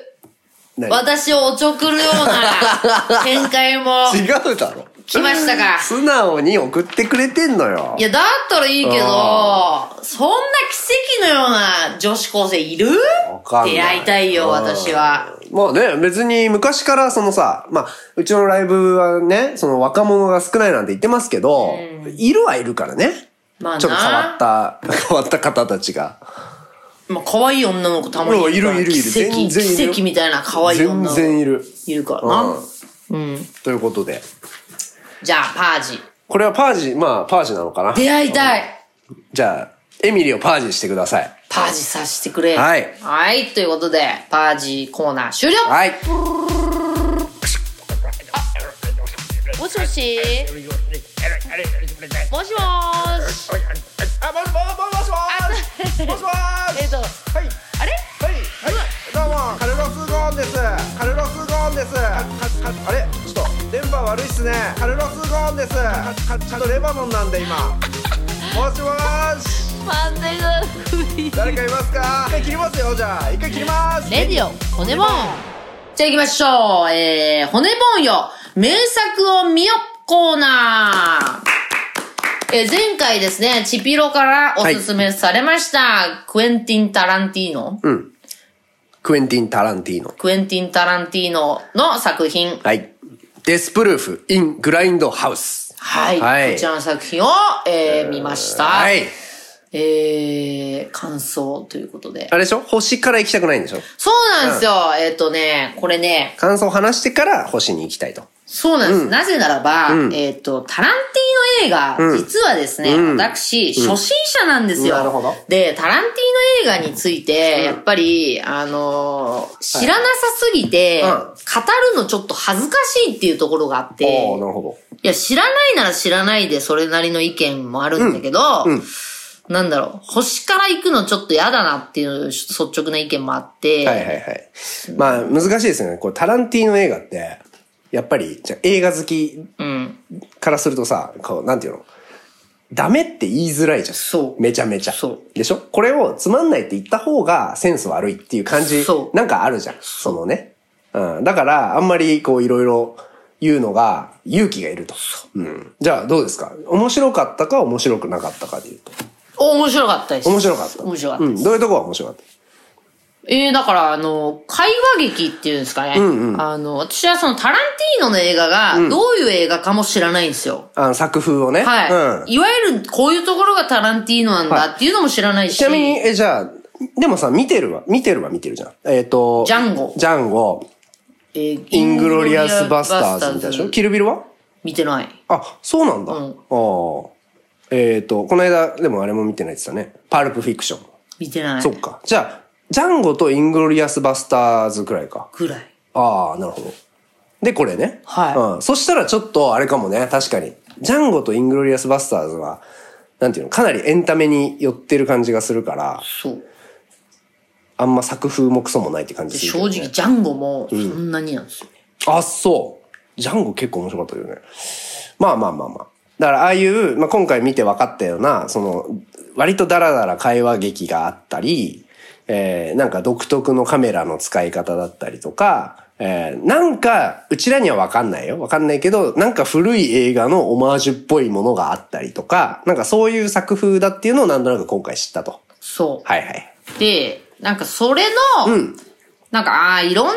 何
私をおちょくるような見解も
違うだろ。
来ましたから。
素直に送ってくれてんのよ
い。や、だったらいいけど
あ、
そんな奇跡のような女子高生いる
わかんない
出会いたいよ、
うん
私は。
まあね、別に昔からそのさ、まあ、うちのライブはね、その若者が少ないなんて言ってますけど、いるはいるからね。
まあな
ちょっと変わった、変わった方たちが。
まあ、可愛い女の子たまにから
いるいるいる
奇跡、
全然い
奇
る
跡みたいな可愛い女の
全然
子
いる。
いるから
うん
な。。
ということで。
じゃあ、パージ。
これはパージ、まあ、パージなのかな。
出会いたい。
じゃあ、エミリーをパージしてください。
パージさせてくれ。
はい
はい、ということで、パージコーナー終了
はい。
あ、もしもしもしもしもしもし
もしもしもしもーしえっと
はい
あれ
はいはいどうもカルロス・ゴーンですカルロス・ゴーンですかかかあれちょっと電波悪いっすねカルロス・ゴーンですかかちょっとレバノンなんで今もしもし
待ってください
誰かいますか一回切りますよじゃあ一回切ります
レディオ、骨ボン。じゃあ行きましょう。えー、骨ボンよ、名作を見よコーナー。えー、前回ですね、チピロからおすすめされました、クエンティン・タランティーノ、
クエンティン・タランティーノ。
クエンティン・タランティーノの作品。
はい。デスプルーフ・イン・グラインド・ハウス。
はい。
はい
こちらの作品を、えー見ました。
はい。
えー、感想ということで
あ。れでしょ星から行きたくないんでしょ
そうなんですよ、えっ、とね、これね、
感想を話してから星に行きたいと。
そうなんです。なぜならば、
うん
えっ、と、タランティーノ映画、
うん
実はですね、
うん
私、初心者なんですよ、
なるほど
で、タランティーノ映画について、やっぱり、あのー知らなさすぎて、
うん
語るのちょっと恥ずかしいっていうところがあって、
おおなるほ
いや、知らないなら知らないで、それなりの意見もあるんだけど、
うんうん
なんだろう、星から行くのちょっと嫌だなっていう率直な意見もあって、
ど。はいはいはい。まあ、難しいですよね。こう、タランティーノ映画って、やっぱり、じゃあ映画好き
うん、
からするとさ、こう、なんていうのダメって言いづらいじゃん。
そう
めちゃめちゃ。
そう
でしょこれをつまんないって言った方がセンス悪いっていう感じ
そ、う
なんかあるじゃん。そのね。うん。だから、あんまりこう、いろいろ言うのが勇気がいると。うん。じゃあ、どうですか面白かったか面白くなかったかで言うと。
お面白かったです。
面白かった。
面白かったです
うん。どういうとこが面白かった
ええだから、あの、会話劇っていうんですかね。
うんうん
あの、私はそのタランティーノの映画が、どういう映画かも知らないんですよ。
あの、作風をね。
はい、
うん。
いわゆる、こういうところがタランティーノなんだっていうのも知らないし。
ちなみに、え、じゃあ、でもさ、見てるわ、見てるわ、見てるじゃん。えっ、と、
ジャンゴ
ジャンゴ、
えー
イングロリアスバスターズみたいで
バ
しょ
スターズ
キルビルは
見てない。
あ、そうなんだ。
うん
ああ。えっ、と、この間、でもあれも見てないって言ってたね。パルプフィクション。
見てない。
そっか。じゃあ、ジャンゴとイングロリアスバスターズくらいか。
ぐらい。
ああ、なるほど。で、これね。
はい
うん。そしたらちょっと、あれかもね、確かに。ジャンゴとイングロリアスバスターズは、なんていうの、かなりエンタメに寄ってる感じがするから、
そう。
あんま作風もクソもないって感
で
じするけ
正
ど、ね。
直、ジャンゴも、そんなになんですよ。
あ、そう。ジャンゴ結構面白かったよね。まあまあまあまあ。だからああいう、まあ、今回見て分かったような、その、割とダラダラ会話劇があったり、えー、なんか独特のカメラの使い方だったりとか、えー、なんか、うちらには分かんないよ。分かんないけど、なんか古い映画のオマージュっぽいものがあったりとか、なんかそういう作風だっていうのをなんとなく今回知ったと。
そう。
はいはい。
で、なんかそれの、
うん
なんか、ああ、いろん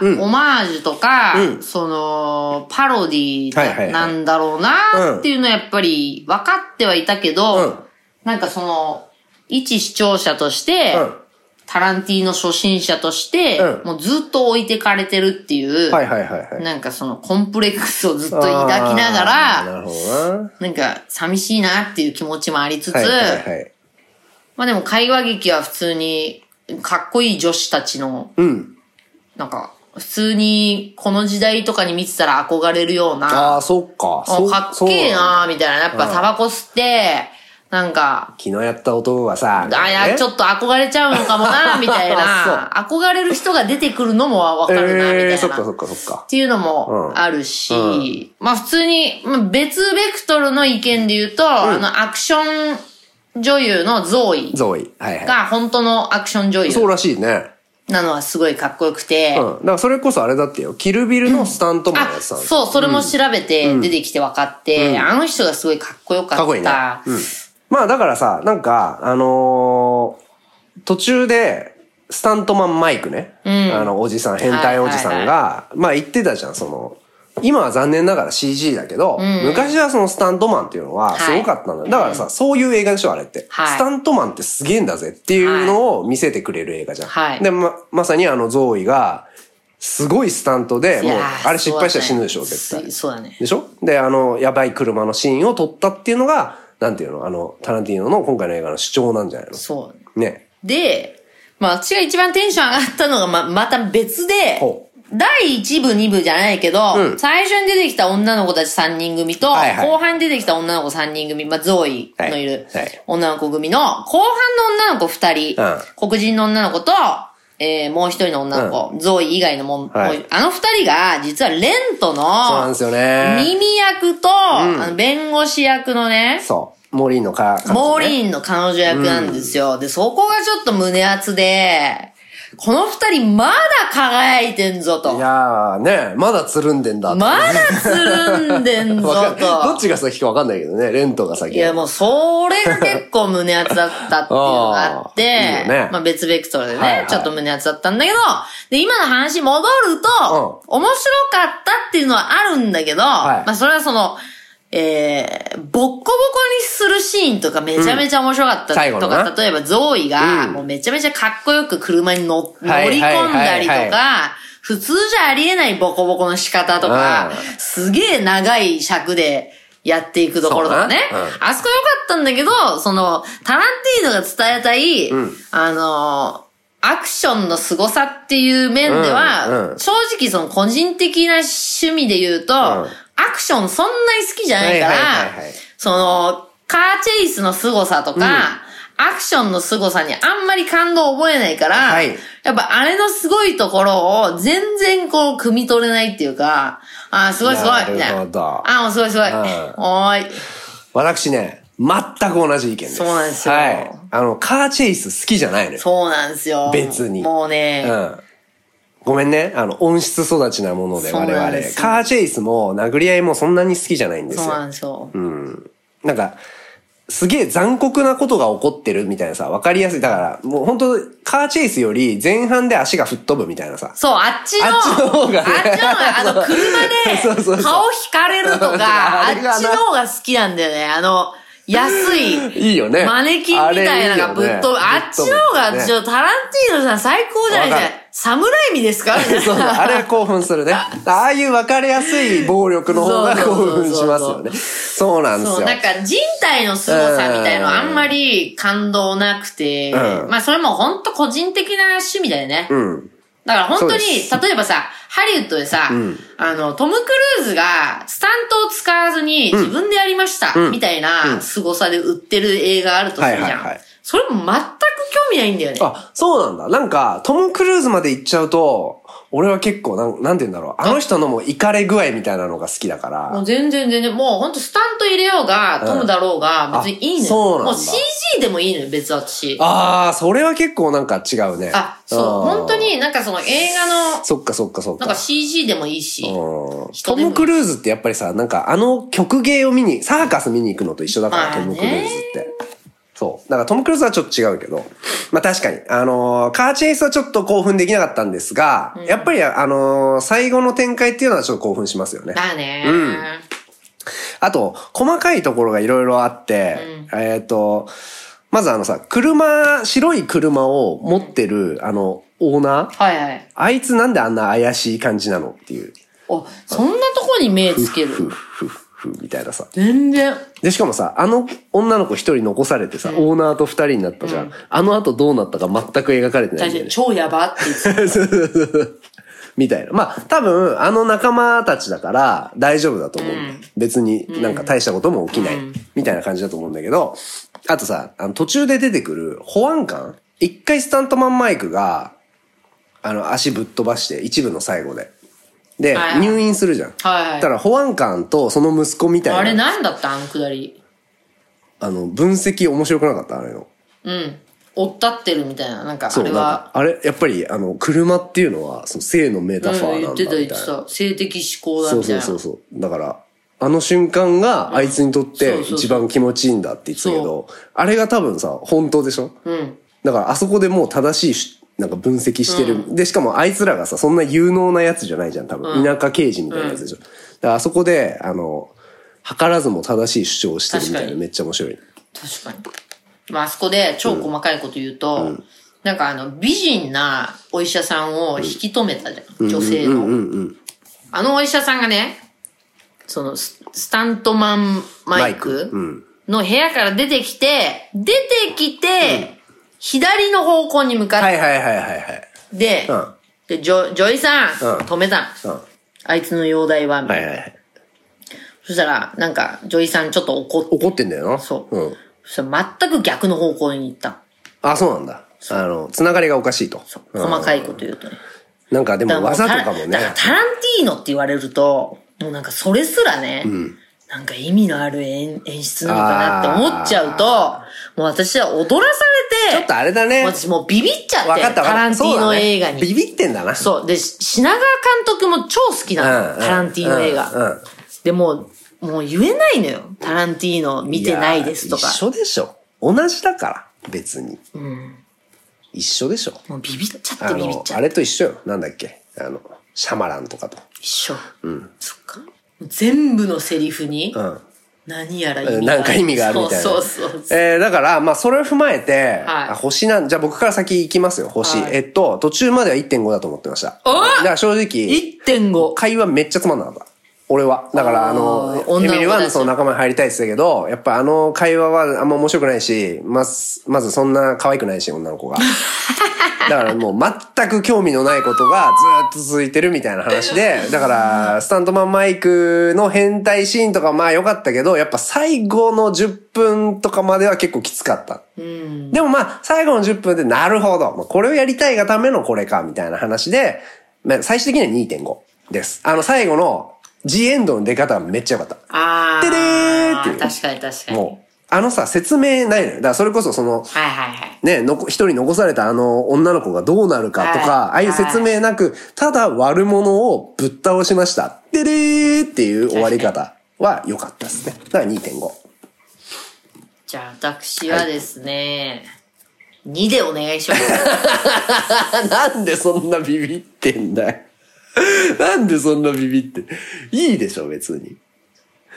うん
な、オマージュとか、
うん
その、パロディ
はいはいはい
ーななんだろう
うん
な、っていうのはやっぱり分かってはいたけど、
うん
なんかその、一視聴者として、
うん
タランティーノ初心者として、
うん
もうずっと置いてかれてるっていう、
はいはいはいはい。
なんかそのコンプレックスをずっと抱きなが
あーな
ら、
るほどな。
なんか寂しいなっていう気持ちもありつつ、
はいはいはい。
まあでも会話劇は普通に、かっこいい女子たちの、
うん。
なんか、普通に、この時代とかに見てたら憧れるよう
あ
な、
あ、そっか。
あ
そう
かっけえなーみたいな。やっぱ
うん
タバコ吸って、なんか、
昨日やった男はさ、
あ、いや、ちょ
っ
っと憧れちゃうのかもな、みたい な。憧れる人が出てくるのもわかるな、みたい
え
な。
ー、そっかそっかそっか
っ。ていうの
う
も
ん
あるし、まあ普通に、まあ別ベクトルの意見で言うと、あの、アクション女優のゾーイ
ゾーイ。はいは
が本当のアクション女
い。そう
優
らしいね。
なのはすごいかっこよくて、
うん。だからそれこそあれだってよ。キルビルのスタントマン
あ
のや、つさん。
そう、それも調べて出てきて分かって、あの人がすごいかっこよかった。
かっこいいね。うん。まあだからさ、なんか、あのー途中で、スタントマンマイクね。
ん
あの、おじさん、変態おじさんが、まあ言ってたじゃん、その、今は残念ながら CG だけど、昔はそのスタントマンっていうのはすごかったんだよ。だからさ、そういう映画でしょ、あれって、
はい
スタントマンってすげえんだぜっていうのを見せてくれる映画じゃん。
はい
で、ま、まさにあの、ゾーイが、すごいスタントで、
い
もう
やー、
あれ失敗したら死ぬでしょ、絶対。
そうだね。
でしょで、あの、やばい車のシーンを撮ったっていうのが、なんていうのあの、タランティーノの今回の映画の主張なんじゃないの
そうだね。
ね。
で、まあ私が一番テンション上がったのがま、また別で
ほ、
第1部、2部じゃないけど、
うん
最初に出てきた女の子たち3人組と、
はいはい
後半に出てきた女の子3人組、まあ、ゾーイのいる
はいはい
女の子組の、後半の女の子2人、
うん
黒人の女の子と、えー、もう一人の女の子、ゾーイ以外のもん、
はい
もうあの二人が、実はレント
そうなん
の
です、よね。
耳役と、あの弁護士役のね、
そう。モーリーのか、
モーリ
ー。
ーンの彼女役なんですよ。で、そこがちょっと胸熱で、この二人まだ輝いてんぞと。
い
ま
やー、ね、まだつるんでんだって。
だつるんでんぞ
わかんどっ
と。
ちが先かわかんないけどね。レントが先。
いや、もう、それが結構胸熱だったっていうのがあって、
あーいいよね
まあ別ベクトルでね、
はいはい
ちょっと胸熱だったんだけど、で、今の話戻ると、面白かったっていうのはあるんだけど、
い
まあそれはその、ええー、ボッコボコにするシーンとかめちゃめちゃ面白かった、
最後
と
の
か、
な
例えばゾーイが、
うん
もうめちゃめちゃかっこよく車に乗
はい
乗り込んだりとか、
はいはい
普通じゃありえないボコボコの仕方とか、
う
すげえ長い尺でやっていくところとかね。
そうだなうん
あそこ良かったんだけど、その、タランティーノが伝えたい、
ん
あの、アクションの凄さっていう面では、
うんうん
正直その個人的な趣味で言うと、アクションそんなに好きじゃないから、
はいはいはいはい
その、カーチェイスの凄さとか、アクションの凄さにあんまり感動を覚えないから、
はい
やっぱあれのすごいところを全然こう、汲み取れないっていうか、あーすごいすごい、みたい
な
な。
るほど
あーもうすごいすごい。
うん
おーい。
私ね、全く同じ意見です。
そうなんですよ
はい。あの、カーチェイス好きじゃないのよ。
そうなんですよ。
別に
もうね、
うん。ごめんね。あの、音質育ちなもので、
そう
我
なんで
々。
すよ
カーチェイスも殴り合いもそんなに好きじゃないんです
そう
よ。
なんですよ。
なんか、すげえ残酷なことが起こってるみたいなさ、わかりやすい。だから、もう本当カーチェイスより前半で足が吹っ飛ぶみたいなさ。
そう、あっちの、
あっちの方がね
あっちの方 があの、
そう
車
そうそう
で、顔引かれるとか、あ
あ
っ
れがな
ちの方が好きなんだよね。あの、安い、
いいよね。
マネキンみたいなのがぶっ飛ぶ。あっちの方が、ちょ、タランティーノさん最高じゃないです
わ
か
かる。
侍味ですかみたいな
そうそう、あれは興奮 するね。ああいう分かりやすい暴力の方が興奮しますよね。そうなんです
そう、
よ。
なんか人体の凄さみたいのあんまり感動なくて、
うん
まあそれも本当個人的な趣味だよね。
うん。
だから本当に、
そ
例えばさ、ハリウッドでさ、
ん
あの、トム・クルーズがスタントを使わずに自分でやりました、
うん
みたいな凄さで売ってる映画あるとするじゃん。
はいはいはい
それも全く興味ないんだよね。
あ、そうなんだ。なんか、トム・クルーズまで行っちゃうと、俺は結構なん、なんて言うんだろう。あの人のもうイカれ具合みたいなのが好きだから。
もう全然全然、もう本当スタント入れようが、
うん
トムだろうが、別にいいのよ。
あそうなんだ
もう CG でもいいのよ、別私。
ああ、それは結構なんか違うね。
あ、そう、
ん
本当。になんかその映画の、
そっかそっかそっ
なん
か。
か CG でもいいし。
うん
人
ト
でも
ム・クルーズってやっぱりさ、なんかあの曲芸を見に、サーカス見に行くのと一緒だから、
まあ
ト
ね
ム・クルーズって。そう。だからトム・クルーズはちょっと違うけど、まあ確かに、あのーカーチェイスはちょっと興奮できなかったんですが、やっぱりあのー最後の展開っていうのはちょっと興奮しますよね。
だね、
うんあと、細かいところがいろいろあって、えっ、と、まずあのさ、車、白い車を持ってる、あの、オーナー
はいはい。
あいつなんであんな怪しい感じなのっていう。
お、そんなとこに目つけ
ふっ
る。
ふっふみたいなさ。
全然。
で、しかもさ、あの女の子一人残されてさ、オーナーと二人になったじゃん。あの後どうなったか全く描かれてない
大
んだ
丈
よね。
超やばって言ってた。
みたいな。まあ、多分、あの仲間たちだから大丈夫だと思うんだよ。別になんか大したことも起きない。みたいな感じだと思うんだけど、あとさ、あの途中で出てくる保安官一回スタントマンマイクが、あの、足ぶっ飛ばして、一部の最後で。で
はいは、い
入院するじゃん。
はいはい
だから保安官とその息子みたいな。
あれなんだったあのくだり。
あの、分析面白くなかったあれの。
うん。追ったってるみたいな。なんか、あ
そう、な
れ
んか
は。、
あれ、やっぱり、あの、車っていうのは、その性のメタファ
うん、
ーな
言
ん
って
だ
た言
み
って
たいな。
た。性的思考だ
そう
みたい
そう
な。
そうそう。だから、あの瞬間があいつにとっ
う
て
んそうそうそう
一番気持ちいいんだって言ってたけど、あれが多分さ、本当でしょ
うん。
だからあそこでもう正しいし、なんか分析してる。で、しかもあいつらがさ、そんな有能なやつじゃないじゃん、多分。田舎刑事みたいなやつでしょ。だからあそこで、あの、図らずも正しい主張をしてるみたい
確か
な、
に
めっちゃ面白い。
確かに。まあ、あそこで超細かいこと言うと、なんかあの、美人なお医者さんを引き止めたじゃん。女性の。あのお医者さんがね、そのス、スタントマンマイ
う
ク
ん
の部屋から出てきて、出てきて、左の方向に向かっ
はいはいはいはいはい。
で、
うん
でジョジョイさん、
うん
止めたの、
うん。は
あいつの容体は、みたい
い
な
はいはい。
そしたら、なんか、ジョイさんちょっと怒って、
怒ってんだよな。
そう。
うん。
そしたら全く逆の方向に行ったの。
あ、そうなんだ。あの、つながりがおかしいと。うん
細かいこと言うとね。
なんかでも
う
技
タ
と
ラ
かもね
だ。からタランティーノって言われると、もうなんかそれすらね、なんか意味のある演演出なのかなって思っちゃうと、もう私は踊らされて、
ちょっとあれだね。
私もうビビっちゃって、
わかったわかった
タランティー
そう
ノ
だね
映画に。
ビビってんだな。
そう。で、し品川監督も超好きなの。
うん
タランティーノ映画。
うんうん
でもう、もう言えないのよ。タランティーノ見てないですとか
や。一緒でしょ。同じだから、別に。一緒でしょ。
もうビビっちゃっ
あ
てビビ
の
っ、ちゃ
あ
って。
れと一緒よ。なんだっけ。あの、シャマランとかと。
一緒。そっか。全部のセリフに、
うん。
何やら意味がある
なんか意味があるみたいな。
そうそうそうそう。
えーだから、まあ、それを踏まえて、
はい
あ星なん、じゃあ僕から先行きますよ、星。
はい
えっと、途中までは1.5だと思ってました。だから正直、
1.5。
会話めっちゃつまんなかった。俺は。だから、
あー
あの、
女の
エ
子
ミリー・ワン
だ
の
し
その仲間に入りたいって言ってたけど、やっぱあの会話はあんま面白くないし、まず、まずそんな可愛くないし、女の 子が。だからもう全く興味のないことがずっと続いてるみたいな話で、だから、スタントマンマイクの変態シーンとかまあ良かったけど、やっぱ最後の10分とかまでは結構きつかった。でもまあ、最後の10分で、なるほど。まあこれをやりたいがためのこれか、みたいな話で、まあ最終的には2.5です。あの、最後の G エンドの出方はめっちゃ良かっ
あ
てれーっていう
ー。確かに確か
た。
に。
もう、あのさ、説明ないのよ。だからそれこそその、
はいはいはい。
ね、のこ一人残されたあの女の子がどうなるかとか、
はい
ああいう説明なく、ただ悪者をぶっ倒しました。てれーっていう終わり方は良かったですね。だから2.5。
じゃあ私はですね、2でお願いします。
なんでそんなビビってんだよ。 なんでそんなビビって。いいでしょ、別に。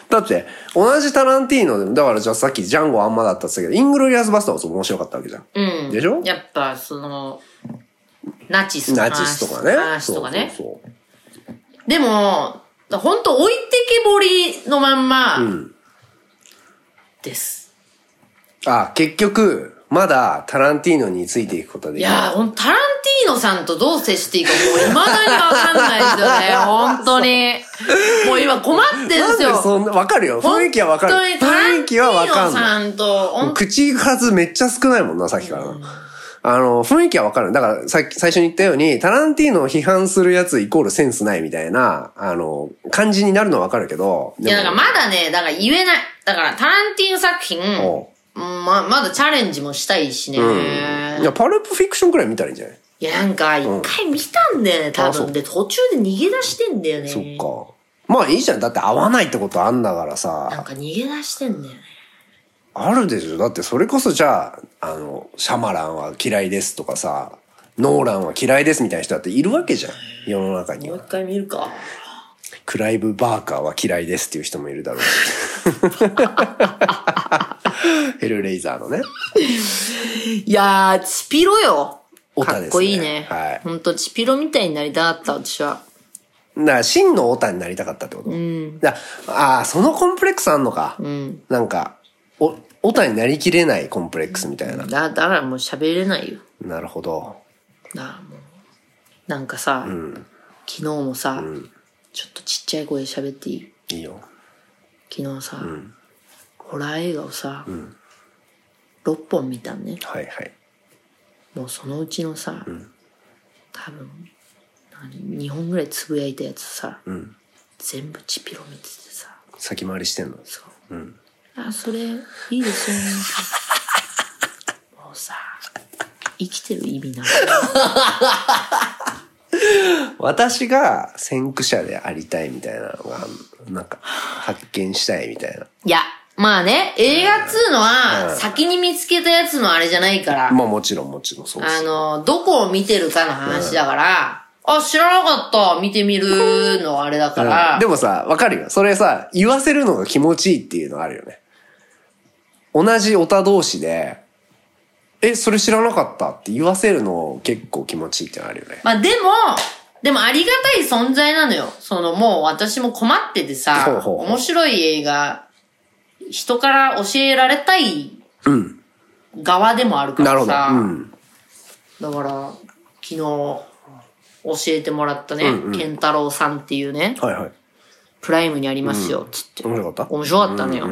だって、同じタランティーノでも、だからじゃあさっきジャンゴあんまだったって言ったけど、イングロリアスバスターズも面白かったわけじゃん。
うん。
でしょ
やっぱその、ナチスの
ナ
話
チスとかね。
話とかね。
そうそうそう
でも、本当置いてけぼりのまんま
ん、
です。
あ、結局、まだタランティーノについていくことで
いやー、ほんタランティーノさんとどう接していいかもう未だにわかんないですよ ね。本当に。もう今困ってるんで
なん
す
で
よ。
そんな、わかるよ。雰囲気はわかる。
本当にタラ
雰囲
ンテ
気
ィ
はわ
ーノ
かんない。
さんと、
も
ほ
うん口数めっちゃ少ないもんな、さっきからな。あの、雰囲気はわかる。だから、さっき、最初に言ったように、タランティーノを批判するやつイコールセンスないみたいな、あの、感じになるのはわかるけど。
いや、だから
ま
まだね、だから言えない。だから、タランティーノ作品、
お
う
う
んま、まだチャレンジもしたいしね。
いや、パルプフィクションくらい見たらいいんじゃない
いや、なんか、一回見たんだよね、多
あそ
分。
う
で、途中で逃げ出してんだよね。
そっか。まあいいじゃん。だって合わないってことあんだから
なん
さ。
か逃げ出してんだよね。
あるでしょ。だってそれこそじゃあ、あの、シャマランは嫌いですとかさ、ノーランは嫌いですみたいな人だっているわけじゃん。世の中に
もう一
は。
回見るか。
クライブ・バーカーは嫌いですっていう人もいる だろうし。ヘルレイザーのね。
いやー、チピロよ。
オタ
か
ですね
っこいいね。
はい
ほんと、チピロみたいになりたかった、私は。
だから真のオタになりたかったってこと、だああ、そのコンプレックスあんのか。なんか、お、オタになりきれないコンプレックスみたいな。
だ、だからもう喋れないよ。
なるほど。
だからもう。なんかさ、昨日もさ、ちょっとちっちゃい声で喋っていい
いいよ。
昨日さ、ホラー映画をさ、6本見たんね
はいはい。
もうそのうちのさ、多分何2本ぐらいつぶやいたやつさ、全部チピロ見ててさ
先回りしてんの。
そう、あそれいいですよねもうさ生きてる意味なんか
私が先駆者でありたいみたいなのが、なんか、発見したいみたい
いやまあね映画っつうの
うん
は先に見つけたやつのあれじゃないから
な。まあもちろんもちろんそうです
あ。の、どこを見てるかの話だから、あ、知らなかった、見てみるのあれだから、
でもさ、わかるよ。それさ、言わせるのが気持ちいいっていうのあるよね。同じオタ同士で、え、それ知らなかったって言わせるの結構気持ちいいってのあるよね。
まあでも、でもありがたい存在なのよ。そのもう私も困っててさ、
ほうほうほう
面白い映画、人から教えられたい
うん。
側でもあるか
なる
ら
ほど。
さ、
うん。
だから、昨日、教えてもらったね、健太郎さんっていうね、
はいはい。
プライムにありますよ、つって。
面白かった
面白かったのよ。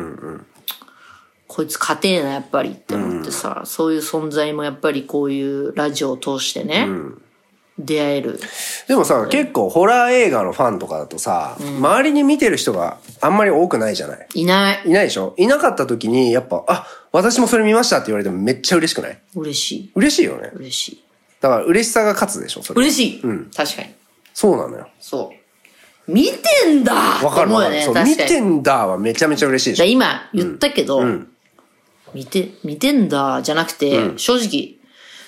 こいつ勝てえな、やっぱりって思ってさ、そういう存在もやっぱりこういうラジオを通してね、出会える。
でもさ、結構ホラー映画のファンとかだとさ、周りに見てる人があんまり多くないじゃない
いない。
いないでしょいなかった時に、やっぱ、あ、私もそれ見ましたって言われてもめっちゃ嬉しくない
嬉しい。
嬉しいよね。
嬉しい。
だから嬉しさが勝つでしょそれ。
嬉しい、
うん
確かに。
そうなのよ。
そう。見てんだ
わかる
思
わ
うよ
かる、
ね、
そう
確かに。
見てんだはめちゃめちゃ嬉しいでし
じ
ょ
ゃあ今言ったけど、
ん
見て、見てんだじゃなくて、正直、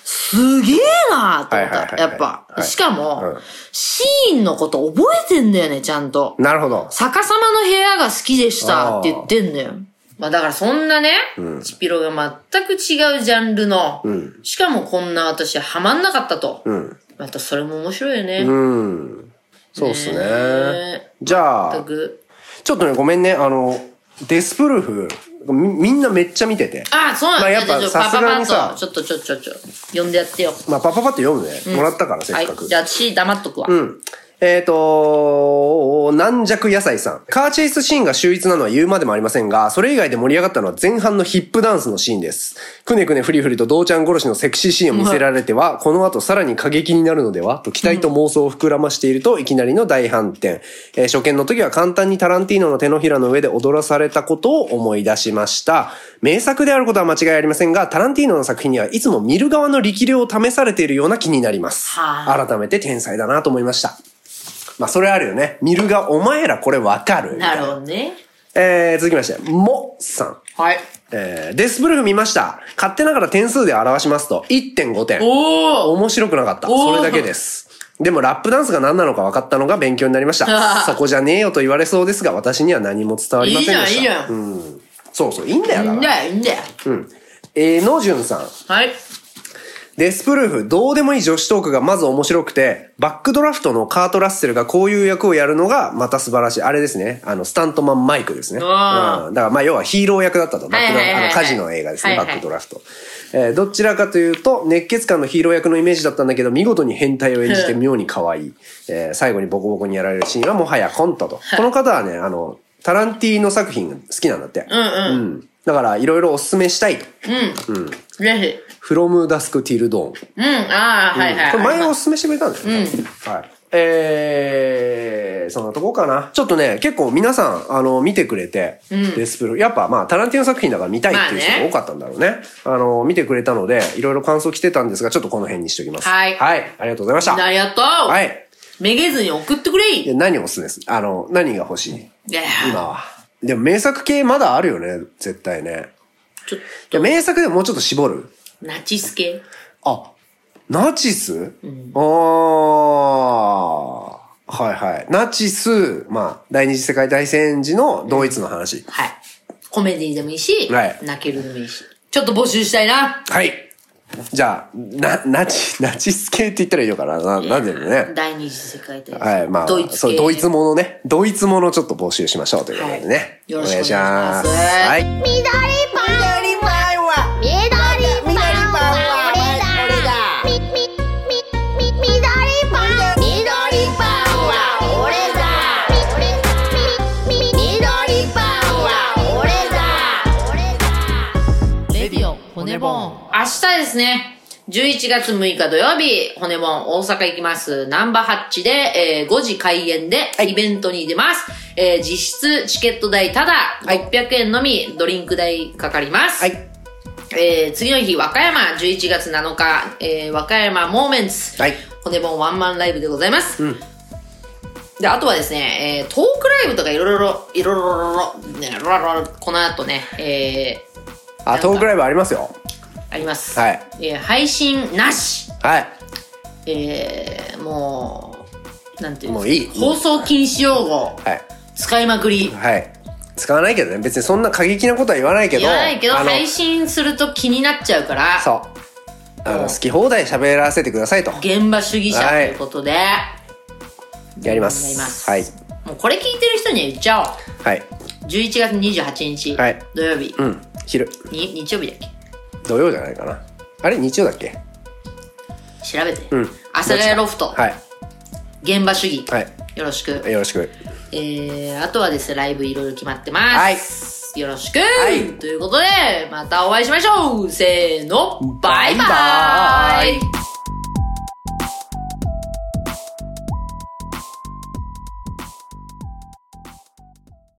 すげえなと思っ
はいはい
た。
はいは
や
い
っぱ。
はい
しかも、
うん
シーンのこと覚えてんだよね、ちゃんと。
なるほど。
逆さまの部屋が好きでしたって言ってんだよ。まあだからそんなね、チピロが全く違うジャンルの、しかもこんな私ハマんなかったと。またそれも面白いよね。
うん。そうですね。
ね
じゃ
全
あ、
く。
ちょっとね、ごめんね。あの、デスプルーフ、みみんなめっちゃ見てて。
あ、そうなんだ。
まあやっぱ
ちょちょパ
さすがにさ
パパッとちょっとちょちょちょ、呼んでやってよ。
まあ、パパパって読むね。もらったから、せ
は
っ
い
かく。。
じゃあ私黙っとくわ。
うん。えっ、ー、と、軟弱野菜さん。カーチェイスシーンが秀逸なのは言うまでもありませんが、それ以外で盛り上がったのは前半のヒップダンスのシーンです。くねくねふりふりとどうちゃん殺しのセクシーシーンを見せられては、この後さらに過激になるのではと期待と妄想を膨らましているといきなりの大反転。えー初見の時は簡単にタランティーノの手のひらの上で踊らされたことを思い出しました。名作であることは間違いありませんが、タランティーノの作品にはいつも見る側の力量を試されているような気になります。
はあ
改めて天才だなと思いました。まあ、それあるよね。見るが、お前らこれわかる。みた
ないるほどね。
えー、続きまして、もさん。
はい。
えー、デスブルフ見ました。勝手ながら点数で表しますと、1.5点。
おお
面白くなかった。
おー
それだけです。でもラップダンスが何なのか分かったのが勉強になりま した。そこじゃねえよと言われそうですが、私には何も伝わりま
いいじ
せん
ゃ
で
ん、いい
した。
じゃん。
そうそう、いいんだよ
いい
だ
ん
から。
だよ、いいんだよ。
うん。えー、のじゅんさん。
はい。
デスプルーフ、どうでもいい女子トークがまず面白くて、バックドラフトのカート・ラッセルがこういう役をやるのがまた素晴らしい。あれですね。あの、スタントマン・マイクですね。うん。だ
あー
からまあ要はヒーロー役だったと。バックド
はいはいは
ラ
い
あ
はい
の、カジノ映画ですね。
はいは
バ
い
ックドラフト。えーどちらかというと、熱血感のヒーロー役のイメージだったんだけど、見事に変態を演じて妙に可愛い。えー最後にボコボコにやられるシーンはもはやコントと。この方はね、あの、タランティーノ作品が好きなんだって。うんうん。だから、いろいろおすすめしたいと。
ぜ
from dusk till dawn。
ひ。うん、ああ、はいはい。
これ前おすすめしてくれたんですよね。はい。えー、そんなとこかな。ちょっとね、結構皆さん、あの、見てくれて、デスプル、やっぱまあ、タランティーノ作品だから見たいっていう
まあ
人
ね
が多かったんだろうね。あの、見てくれたので、いろいろ感想来てたんですが、ちょっとこの辺にしておきます。
はい
はい。ありがとうございました。
ありがとう。
は
はい。
い。
めげずに送ってくれい
で何おすすめですあの、何が欲しい
や
今は。でも名作系まだあるよね、絶対ね。
ちょっ
で名作でももうちょっと絞る
と、ナチス系。
あ、ナチス、ああ。はいはい。ナチス、まあ、第二次世界大戦時のドイツの話。
はい。コメディでもいいし、
はい
泣けるでもいいし。ちょっと募集したいな。
はい。じゃあ、な、ナチ、ナチス系って言ったらいいのかなな、なんでだろうね。
第二次世界大戦。
はい、まあ、
ドイツ
そう
系。
ドイツものね。ドイツものちょっと募集しましょうということでね。
いよろしくお願いします
はい。
緑パン緑パンは緑パンは俺だみみみみ緑パン緑パンは俺だみみみみ緑パンは俺だ俺だ
レディオ、骨ボン。明日ですね。11月6日土曜日、骨ボン大阪行きます。ナンバーハッチで、えー5時開演で、イベントに出ます。えー実質チケット代ただ、600円のみ、ドリンク代かかります。
はい。
えー次の日、和歌山、11月7日、えー和歌山モーメンツ、
はい
骨盆ワンマンライブでございます。で、あとはですね、えートークライブとかいろいろ、いろいろ、ね、ろろろこの後ね、え
あ、トークライブありますよ。
ーあります。
はい
えー配信なし、
はい。
えーもう、なんていうんですか
もういい
放送禁止用語、
はい。
使いまくり。
はい。使わないけどね。別にそんな過激なことは言わないけど。
言わないけど、
あの
配信すると気になっちゃうから、
そう。あ
う
の、
ん
好き放題喋らせてくださいと。
現場主義者ということで、
やりま
やります
す。はい。
もうこれ聞いてる人には言っちゃおう。
はい。
11月28日、
はい
土曜日、
うん。昼。
に日曜日だっけ
土曜じゃないかな。あれ日曜だっけ
調べて
うん。
阿佐ヶ谷ロフト、
はい。
現場主義、
はい。
よろしく、
よろしく。
えー、あとはですねライブいろいろ決まってます、よろしく、
い
ということでまたお会いしましょうせーのバイバ
バ
イ
イバイ